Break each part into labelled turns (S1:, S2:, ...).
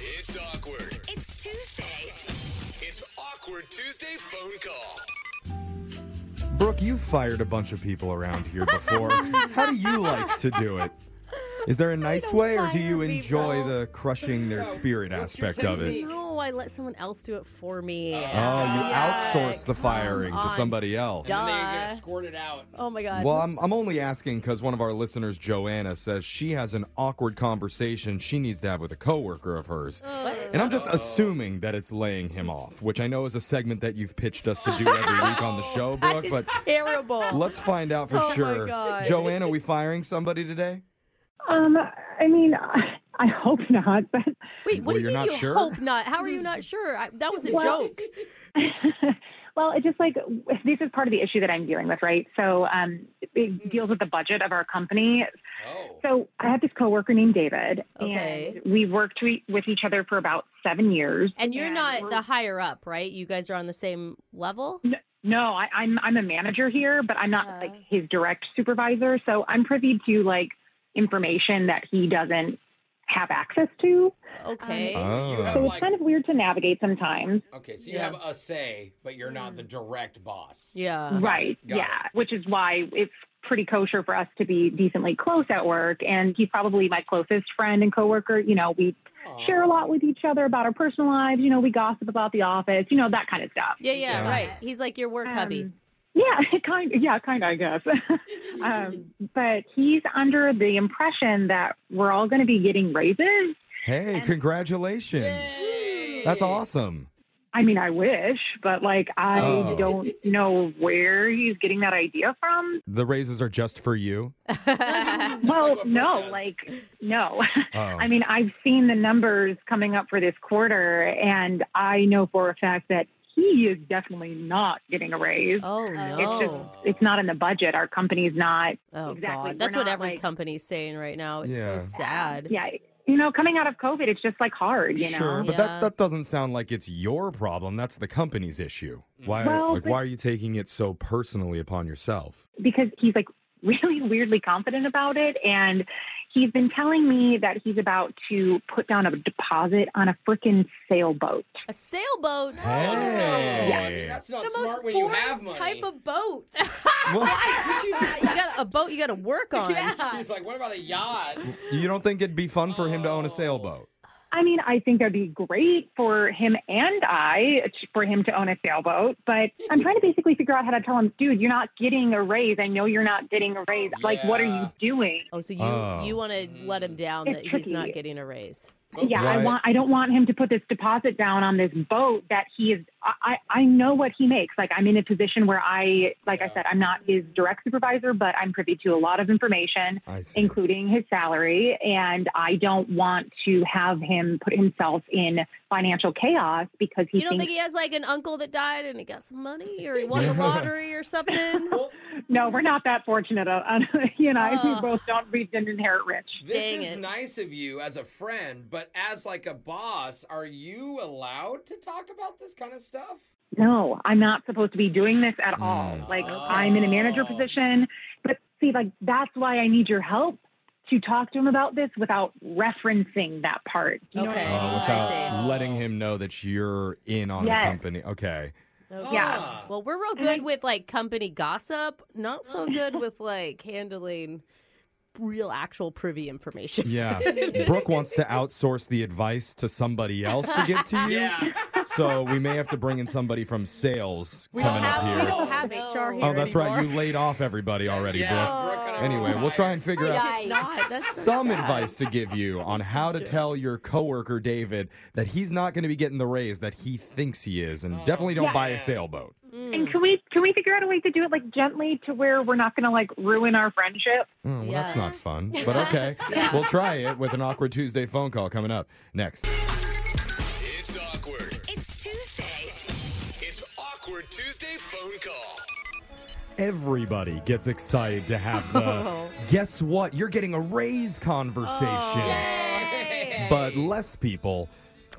S1: It's awkward.
S2: It's Tuesday.
S1: It's awkward Tuesday phone call.
S3: Brooke, you fired a bunch of people around here before. How do you like to do it? Is there a nice way, or do
S4: fire
S3: you enjoy
S4: people.
S3: the crushing their spirit aspect of it?
S4: No, I let someone else do it for me.
S3: Oh, you outsource the firing to
S4: on.
S3: somebody else.
S4: Duh.
S5: and then you get squirted out.
S4: Oh my god.
S3: Well, I'm, I'm only asking because one of our listeners, Joanna, says she has an awkward conversation she needs to have with a coworker of hers. And I'm just
S4: Uh.
S3: assuming that it's laying him off, which I know is a segment that you've pitched us to do every week on the show, Brooke, but
S4: terrible.
S3: let's find out for
S4: Oh my
S3: sure.
S4: God.
S3: Joanna, we firing somebody today?
S6: Um, I mean, I I hope not, but
S4: Wait, what
S3: Well,
S4: do you
S3: you're
S4: mean
S3: not
S4: you
S3: sure?
S4: hope not? How are you not sure? I, that was a
S6: Well-
S4: joke.
S6: well, it's just like this is part of the issue that I'm dealing with, right? So, um,
S4: Mm-hmm.
S6: it deals with the budget of our company.
S5: Oh.
S6: So, I have this coworker named David,
S4: Okay.
S6: and we've worked we- with each other for about seven years.
S4: And you're not
S6: we're-
S4: the higher up, right? You guys are on the same level.
S6: No, I, I'm I'm a manager here, but I'm not
S4: Uh.
S6: like his direct supervisor, so I'm privy to like information that he doesn't have access to.
S4: Okay.
S6: Um,
S5: You
S3: Oh.
S5: have
S6: So it's
S5: like
S6: kind of weird to navigate sometimes.
S5: okay, so you
S4: Yeah.
S5: have a say, but you're not the direct boss.
S4: yeah.
S6: Right.
S5: Uh, Got it.
S6: yeah. Which is why it's pretty kosher for us to be decently close at work. And he's probably my closest friend and coworker. You know, we
S5: Aw.
S6: share a lot with each other about our personal lives. You know, we gossip about the office. You know, that kind of stuff.
S4: Yeah, yeah,
S3: Yeah.
S4: right. He's like your work
S6: Um,
S4: hubby.
S6: Yeah, kind. Yeah, kind. of, I guess. um, but he's under the impression that we're all going to be getting raises.
S3: Hey, congratulations. That's awesome.
S6: I mean, I wish, but like, I
S3: Oh.
S6: don't know where he's getting that idea from.
S3: The raises are just for you.
S6: Um, Well,
S5: what Brooke
S6: no,
S5: does.
S6: like no.
S3: Oh.
S6: I mean, I've seen the numbers coming up for this quarter, and I know for a fact that he is definitely not getting a raise.
S4: Oh
S6: It's
S4: no.
S6: just it's not in the budget. Our company's not.
S4: Oh
S6: exactly. We're
S4: god. That's what
S6: not,
S4: every
S6: like-
S4: company's saying right now. It's
S3: Yeah.
S4: so sad.
S6: Yeah, you know, coming out of COVID, it's just like hard. You
S3: sure,
S6: know.
S3: but
S4: Yeah.
S3: that, that doesn't sound like it's your problem. That's the company's issue. Why
S6: Mm. Well,
S3: like
S6: but-
S3: why are you taking it so personally upon yourself?
S6: because he's like really weirdly confident about it and he's been telling me that he's about to put down a deposit on a freaking sailboat
S4: A sailboat.
S5: Oh, no. I
S3: Hey.
S5: mean, that's not
S7: the
S5: smart
S7: most
S5: when you
S7: boring
S5: have money.
S7: type of boat.
S3: well,
S7: Would you do
S4: you got a boat you got to work on.
S7: that?
S5: He's like, what about a yacht?
S3: you don't think it'd be fun for him to own a
S5: Oh.
S3: sailboat?
S6: I mean, I think that'd be great for him and I t- for him to own a sailboat, but I'm trying to basically figure out how to tell him, dude, you're not getting a raise. I know you're not getting a raise. Like, what are
S5: Yeah.
S6: you doing?
S4: Oh, so you
S3: Oh.
S4: you want to let him down
S6: It's
S4: that he's not
S6: tricky.
S4: getting a raise?
S5: Oh,
S6: Yeah,
S3: Right.
S6: I want. I don't want him to put this deposit down on this boat that he is. I, I I know what he makes. Like, I'm in a position where I, like I
S5: Yeah.
S6: said, I'm not his direct supervisor, but I'm privy to a lot of information.
S3: I see.
S6: including his salary. And I don't want to have him put himself in financial chaos because he
S4: You don't
S6: thinks,
S4: think he has like an uncle that died and he got some money or he won the
S3: Yeah.
S4: lottery or something?
S5: Well,
S6: no, we're not that fortunate. Uh, uh, he and I,
S4: Oh.
S6: we both don't, we didn't inherit rich.
S5: this
S4: Dang
S5: is
S4: it.
S5: nice of you as a friend, but as like a boss, are you allowed to talk about this kind of stuff?
S6: No, I'm not supposed to be doing this at all.
S3: Mm.
S6: Like
S5: Oh.
S6: I'm in a manager position, but see, like that's why I need your help to talk to him about this without referencing that part. You know what I
S4: Okay.
S3: Oh,
S6: mean?
S4: I
S3: without
S5: see.
S3: letting him know that you're in on
S6: Yes.
S3: the company. Okay.
S4: Okay.
S5: Yeah.
S4: Well, we're real
S6: And
S4: good
S6: I-
S4: with like company gossip, not so good with like handling real actual privy information.
S3: Yeah. Brooke wants to outsource the advice to somebody else to give to you.
S5: Yeah.
S3: So we may have to bring in somebody from sales
S4: We
S3: coming
S4: don't
S3: up
S4: have-
S3: here.
S4: we don't have HR here
S3: oh, that's right. You laid off everybody already, Brooke.
S5: yeah, Brooke and I
S3: Anyway,
S5: were
S3: we'll try
S5: fired.
S3: and figure
S4: It's
S3: out
S4: not. That's so
S3: some
S4: sad.
S3: advice to give you on how to tell your coworker David that he's not going to be getting the raise that he thinks he is,
S4: Oh.
S3: and definitely don't
S6: Yeah.
S3: buy a sailboat.
S4: Mm-hmm.
S6: And can we can we figure out a way to do it like gently to where we're not going to like ruin our friendship?
S3: Oh, well, that's
S4: Yeah.
S3: not fun, but okay. We'll try it with an awkward Tuesday phone call coming up next.
S1: It's awkward.
S2: It's Tuesday.
S1: It's awkward Tuesday phone call.
S3: Everybody gets excited to have
S4: Oh.
S3: the guess what? You're getting a raise conversation.
S4: Oh,
S3: But less people,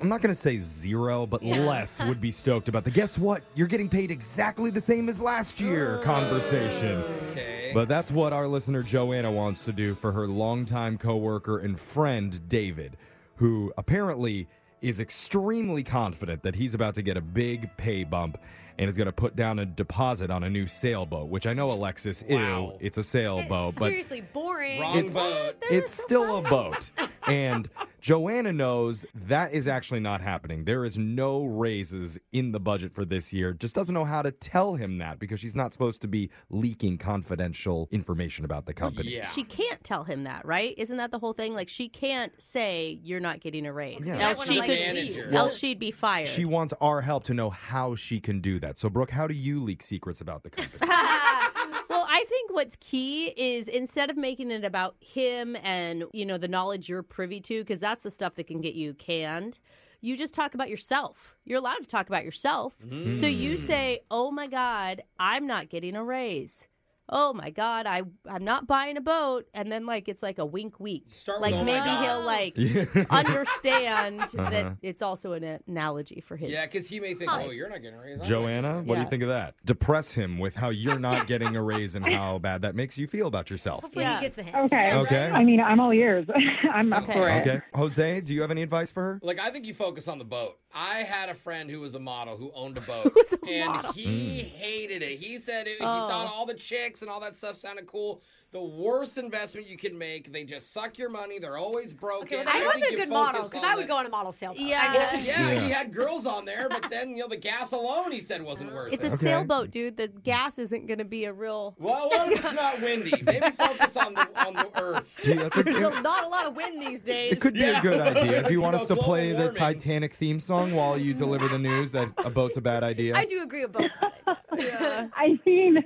S3: I'm not going to say zero, but less would be stoked about the guess what? You're getting paid exactly the same as last year conversation.
S5: Okay.
S3: But that's what our listener Joanna wants to do for her longtime coworker and friend David, who apparently is extremely confident that he's about to get a big pay bump and is going to put down a deposit on a new sailboat, which I know Alexis,
S5: Wow.
S3: ew, it's a sailboat, but
S7: Seriously, boring.
S5: Wrong
S3: It's-
S5: boat.
S3: it's still a boat. And Joanna knows that is actually not happening. There is no raises in the budget for this year. Just doesn't know how to tell him that because she's not supposed to be leaking confidential information about the company.
S5: Yeah.
S4: She can't tell him that, right? Isn't that the whole thing? Like she can't say you're not getting a raise.
S3: Yeah.
S7: That
S4: Else
S7: one
S4: she
S7: is like
S4: could
S5: manager.
S4: leave. else she'd be fired.
S3: She wants our help to know how she can do that. So, Brooke, how do you leak secrets about the company?
S4: well, I think what's key is instead of making it about him and, you know, the knowledge you're privy to, because that's the stuff that can get you canned, you just talk about yourself. You're allowed to talk about yourself. So you say, oh my God, I'm not getting a raise. Oh my God, I, I'm not buying a boat. And then, like, it's like a wink wink.
S5: Start
S4: Like,
S5: with, "Oh my
S4: maybe
S5: God."
S4: he'll, like, understand
S3: Uh-huh.
S4: that it's also an analogy for his.
S5: Yeah, because he may think, oh, you're not getting raised.
S3: Joanna, what do you
S4: Yeah.
S3: think of that? Depress him with how you're not getting a raise and how bad that makes you feel about yourself.
S7: Hopefully
S4: Yeah.
S7: he gets the hint.
S6: Okay.
S3: Okay.
S6: I mean, I'm all ears. I'm up
S4: Okay.
S6: for it.
S3: Okay. Jose, do you have any advice for her?
S5: Like I think you focus on the boat. I had a friend who was a model who owned a boat,
S4: Who's a
S5: and
S4: model?
S5: he hated it. He said it,
S7: Oh.
S5: he thought all the chicks and all that stuff sounded cool. The worst investment you could make. They just suck your money. They're always broken.
S7: I
S5: think
S7: wasn't a
S5: you
S7: good model
S5: focus
S7: because
S5: on
S7: I would
S5: the-
S7: go on a model sailboat.
S4: Yeah.
S7: I mean,
S5: Yeah,
S3: Yeah.
S5: he had girls on there, but then you know the gas alone he said wasn't worth
S4: It's a
S5: it.
S3: Okay.
S4: sailboat, dude. The gas isn't going to be a real.
S5: well, what if it's not windy? Maybe focus on the on the earth.
S3: Do you- that's a-
S4: There's a- not a lot of wind these days.
S3: It could be a
S5: Yeah.
S3: good idea. Do you want
S5: You
S3: us to
S5: know,
S3: play
S5: global
S3: the
S5: warming.
S3: Titanic theme song while you deliver the news that a boat's a bad idea?
S7: I do agree with both. of them.
S6: I mean,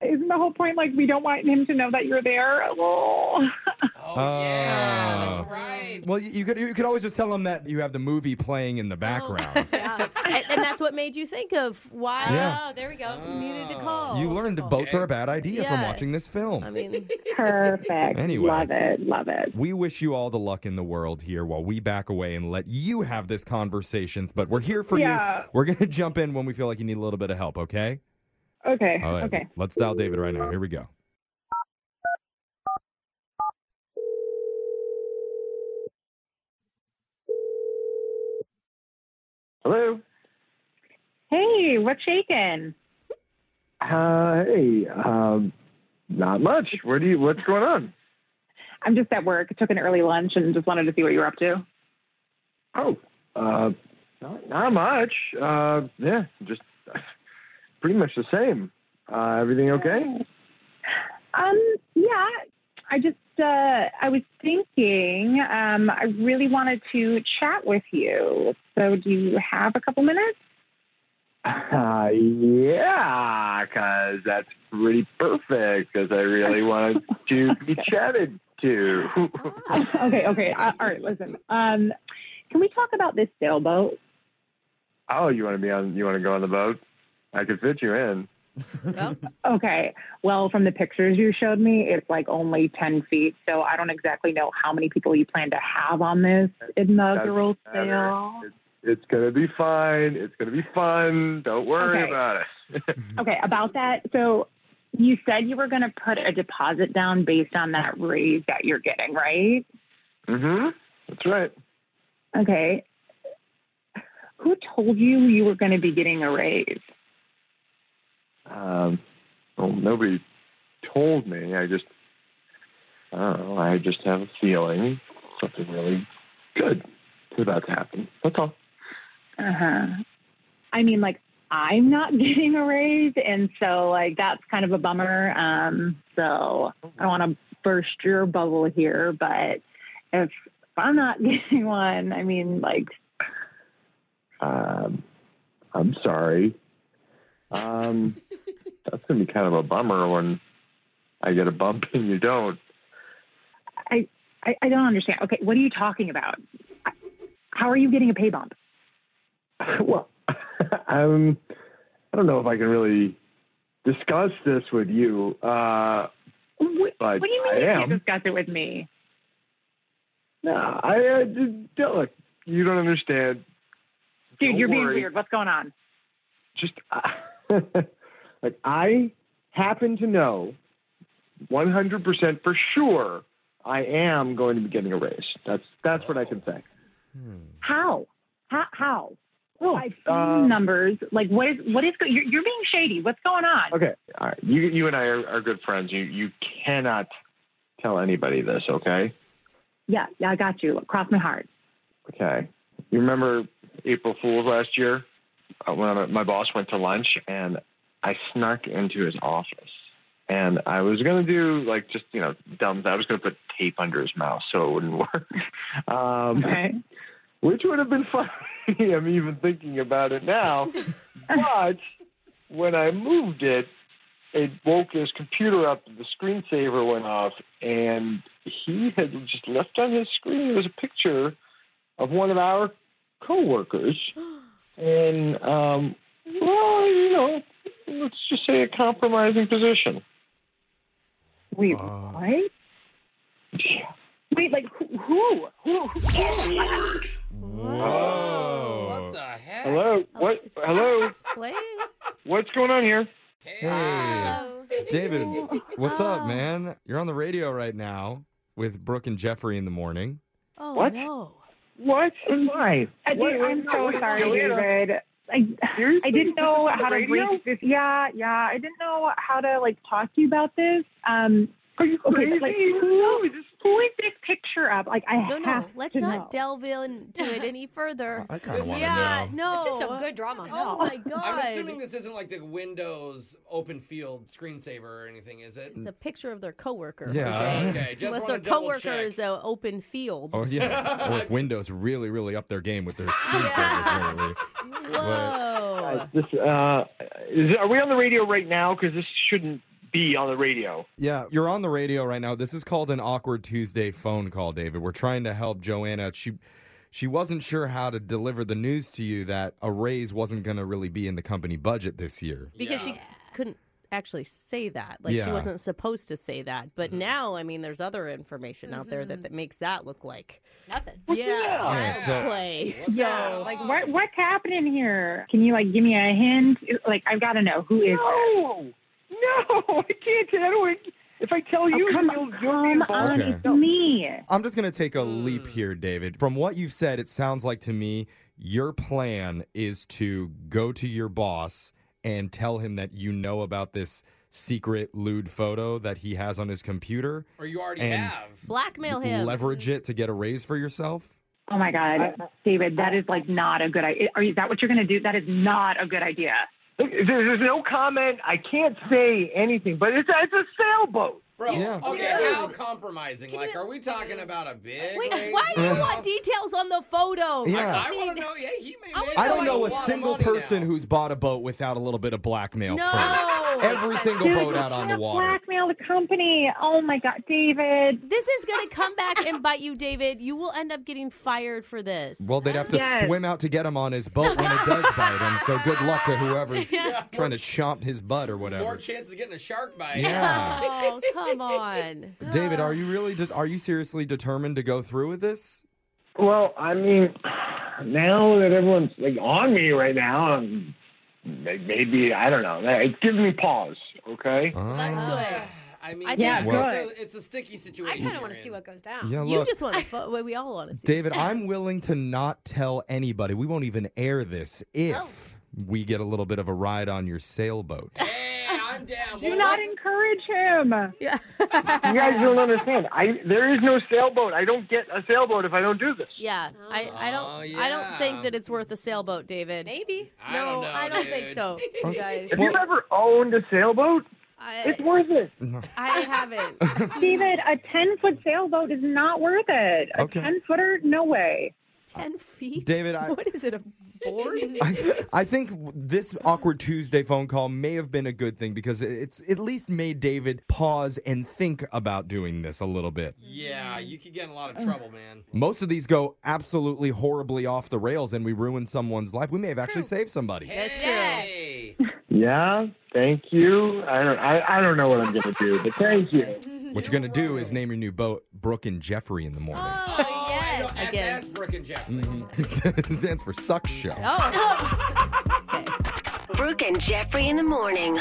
S6: isn't the whole point like we don't want him to know that you're there? Oh.
S5: Oh, yeah,
S3: Oh.
S5: that's right.
S3: Well, you, you could you could always just tell them that you have the movie playing in the background.
S4: and, and that's what made you think of why
S3: Yeah.
S7: Oh, there we go.
S4: needed to call.
S3: you learned that boats are a bad idea from
S4: Yeah.
S3: watching this film.
S4: I mean,
S6: Perfect.
S3: Anyway.
S6: Love it. Love it.
S3: we wish you all the luck in the world here while we back away and let you have this conversation. But we're here for
S6: Yeah.
S3: you. We're going to jump in when we feel like you need a little bit of help, okay?
S6: Okay.
S3: All right.
S6: Okay.
S3: Let's dial David right now. Here we go.
S8: Hello.
S6: Hey, what's shaking?
S8: Uh, hey. Um, not much. What do you? What's going on?
S6: I'm just at work. Took an early lunch and just wanted to see what you were up to.
S8: Oh, uh, not, not much. Uh, yeah, just pretty much the same. Uh, everything okay?
S6: Um, yeah. I just uh, I was thinking um, I really wanted to chat with you. So do you have a couple minutes?
S8: Uh, yeah, 'cause that's pretty perfect. 'Cause I really wanted to be chatted to.
S6: okay, okay. Uh, all right, listen. Um, can we talk about this sailboat?
S8: oh, you want to be on? You want to go on the boat? I could fit you in.
S6: Okay. Well, from the pictures you showed me, it's like only 10 feet. So I don't exactly know how many people you plan to have on this inaugural
S8: matter.
S6: sail.
S8: It's gonna be fine. It's gonna be fun. Don't worry
S6: Okay.
S8: about it.
S6: Okay, about that. So you said you were going to put a deposit down based on that raise that you're getting, right?
S8: Mm-hmm. That's right.
S6: Okay. Who told you you were going to be getting a raise?
S8: Um, well, nobody told me. I just, I don't know. I just have a feeling something really good is about to happen. That's all.
S6: Uh huh. I mean, like, I'm not getting a raise. And so, like, that's kind of a bummer. Um, so I don't want to burst your bubble here, but if I'm not getting one, I mean, like,
S8: Um, I'm sorry. Um, that's gonna be kind of a bummer when I get a bump and you don't.
S6: I, I don't understand. Okay, what are you talking about? How are you getting a pay bump?
S8: Well, um, I don't know if I can really discuss this with you. Uh,
S6: What,
S8: Like,
S6: what do you
S8: I
S6: mean you
S8: am.
S6: can't discuss it with me?
S8: no, I, I just, look. You don't understand.
S6: Dude,
S8: Don't
S6: you're being
S8: worry.
S6: weird. What's going on?
S8: just uh, like I happen to know 100% for sure I am going to be getting a raise. That's that's what I can say.
S6: How? How?
S8: Oh,
S6: I've seen
S8: um,
S6: numbers. Like, what is what is go- you're, you're being shady? What's going on?
S8: Okay. All right. You you and I are, are good friends. You you cannot tell anybody this, okay?
S6: Yeah, yeah, I got you. Cross my heart.
S8: Okay. You remember April Fools last year uh, when I, my boss went to lunch and I snuck into his office and I was gonna do like just you know dumb. I was gonna put tape under his mouth so it wouldn't work, um,
S6: Okay.
S8: which would have been funny. I'm even thinking about it now. but when I moved it, it woke his computer up. The screensaver went off, and he had just left on his screen was a picture of one of our coworkers, and um, well, you know, let's just say a compromising position.
S6: Wait,
S8: Uh.
S6: what? Wait, like who? Who? who?
S1: Awkward.
S3: Whoa. Oh.
S5: What the heck?
S8: Hello, what? Hello,
S4: Play.
S8: what's going on here?
S5: Hey.
S3: Hey.
S7: Oh.
S3: David, what's up,
S4: Oh.
S3: man? You're on the radio right now with Brooke and Jeffrey in the morning.
S4: Oh
S8: What?
S4: no.
S8: What? Why?
S6: I
S8: What-
S6: did, I'm so
S8: what-
S6: sorry,
S8: Joanna,
S6: David. I,
S8: seriously?
S6: I didn't know
S8: This is
S6: how
S8: on the
S6: to break
S8: radio?
S6: this. Yeah, yeah. I didn't know how to like talk to you about this. Um,
S8: Are you
S6: okay,
S8: crazy?
S6: like
S8: No,
S6: who,
S8: is this-
S6: who is this picture of? Like I
S4: No,
S6: have
S4: no. Let's
S6: to
S4: not
S6: know.
S4: delve into it any further.
S3: I kind of want to
S4: yeah, no.
S7: This is some good drama.
S4: Oh my god.
S5: I'm assuming this isn't like the Windows open field screensaver or anything, is it?
S4: It's a picture of their coworker.
S3: Yeah.
S4: Jose.
S5: Okay, just
S4: Unless
S5: wanna
S4: their
S5: double
S4: coworker
S5: check.
S4: is an open field.
S3: Oh yeah, or if Windows really, really up their game with their screensavers lately.
S4: Whoa.
S8: This, uh, is, are we on the radio right now? Because this shouldn't be on the radio.
S3: Yeah, you're on the radio right now. This is called an awkward Tuesday phone call, David. We're trying to help Joanna. She she wasn't sure how to deliver the news to you that a raise wasn't going to really be in the company budget this year.
S4: Because she couldn't actually say that. Like
S3: Yeah. Mm-hmm.
S4: she wasn't supposed to say that. But now, I mean, there's other information out there that, that makes that look like
S7: Nothing.
S4: yeah, child's
S3: so-
S4: play.
S5: What's
S4: So
S5: going on?
S6: Like what? What's happening here? Can you like give me a hint? Like I've got to know who is. this?
S8: No, no, I can't. I don't. If I tell you,
S6: Oh, come
S8: you'll,
S6: on,
S8: you'll be
S6: come
S8: involved.
S6: on,
S3: Okay.
S6: it's me.
S3: I'm just going to take a leap here, David. From what you've said, it sounds like to me your plan is to go to your boss and tell him that you know about this secret lewd photo that he has on his computer,
S5: Or you already
S3: And-
S5: have.
S4: blackmail him.
S3: leverage it to get a raise for yourself.
S6: Oh my God, David, that is like not a good idea. Are you, is that what you're going to do? That is not a good idea.
S8: Look, there- There's no comment. I can't say anything, but it's, it's a sailboat.
S5: Bro,
S3: Yeah.
S5: okay,
S4: Dude.
S5: how compromising? like, are we talking about a big
S4: Wait,
S5: raise
S4: why do you
S5: now?
S4: want details on the photo?
S5: I,
S3: Yeah.
S5: I want to know. Yeah, he may make
S3: I don't know a
S5: lot of
S3: single
S5: money
S3: person
S5: now.
S3: who's bought a boat without a little bit of blackmail
S4: No.
S3: first. Every single
S6: Dude,
S3: boat
S6: you
S3: out on the
S6: can't
S3: water.
S6: Blackmail the company. Oh my God, David.
S4: This is going to come back and bite you, David. You will end up getting fired for this.
S3: Well, they'd have to
S6: Yes.
S3: swim out to get him on his boat when it does bite him. So good luck to whoever's trying to chomp his butt or
S5: More
S3: whatever.
S5: chances of getting a shark bite.
S3: Yeah.
S4: oh, come on.
S3: David, are you really? De- are you seriously determined to go through with this?
S8: Well, I mean, now that everyone's like on me right now, I'm, may- maybe I don't know. It's giving me pause. Okay.
S4: That's
S3: Uh,
S4: good.
S5: I mean,
S4: I think-
S6: Yeah, good.
S5: it's, a, it's a sticky
S7: I
S5: situation.
S7: kind of want
S5: you're
S7: to see
S5: in.
S7: what goes down.
S3: yeah,
S4: You
S3: look,
S4: just want to. Fo- well, we all want to see.
S3: David. I'm willing to not tell anybody. We won't even air this if we get a little bit of a ride on your sailboat.
S5: Hey, I'm down.
S6: Do
S5: Well,
S6: not
S5: listen-
S6: encourage him.
S4: Yeah.
S8: You guys don't understand. I there is no sailboat. I don't get a sailboat if I don't do this.
S4: yeah. I, I don't.
S5: Oh,
S4: I don't think
S5: yeah.
S4: that it's worth a sailboat, David.
S7: Maybe.
S5: I
S4: no,
S5: don't know,
S4: I don't think
S5: dude.
S4: so, you guys.
S8: If you've ever owned a sailboat, it's
S4: I,
S8: worth it.
S4: I haven't.
S6: David, a 10 foot sailboat is not worth it. A
S3: Okay.
S6: 10 footer, no way.
S4: Ten feet,
S3: David, I-
S4: what is it? A board?
S3: I, I think this awkward Tuesday phone call may have been a good thing because it's at least made David pause and think about doing this a little bit.
S5: Yeah, you could get in a lot of trouble, man.
S3: Most of these go absolutely horribly off the rails and we ruin someone's life. We may have actually saved somebody.
S4: That's true.
S5: hey.
S8: Yeah, thank you. I don't I, I don't know what I'm gonna do, but thank you.
S3: What you're going to do is name your new boat Brooke and Jeffrey in the morning.
S7: Oh,
S5: Oh, I know.
S7: yes.
S5: SS
S4: Again.
S5: Brooke and Jeffrey.
S3: Mm-hmm. it stands for Suck Show.
S4: Oh.
S2: Brooke and Jeffrey in the morning.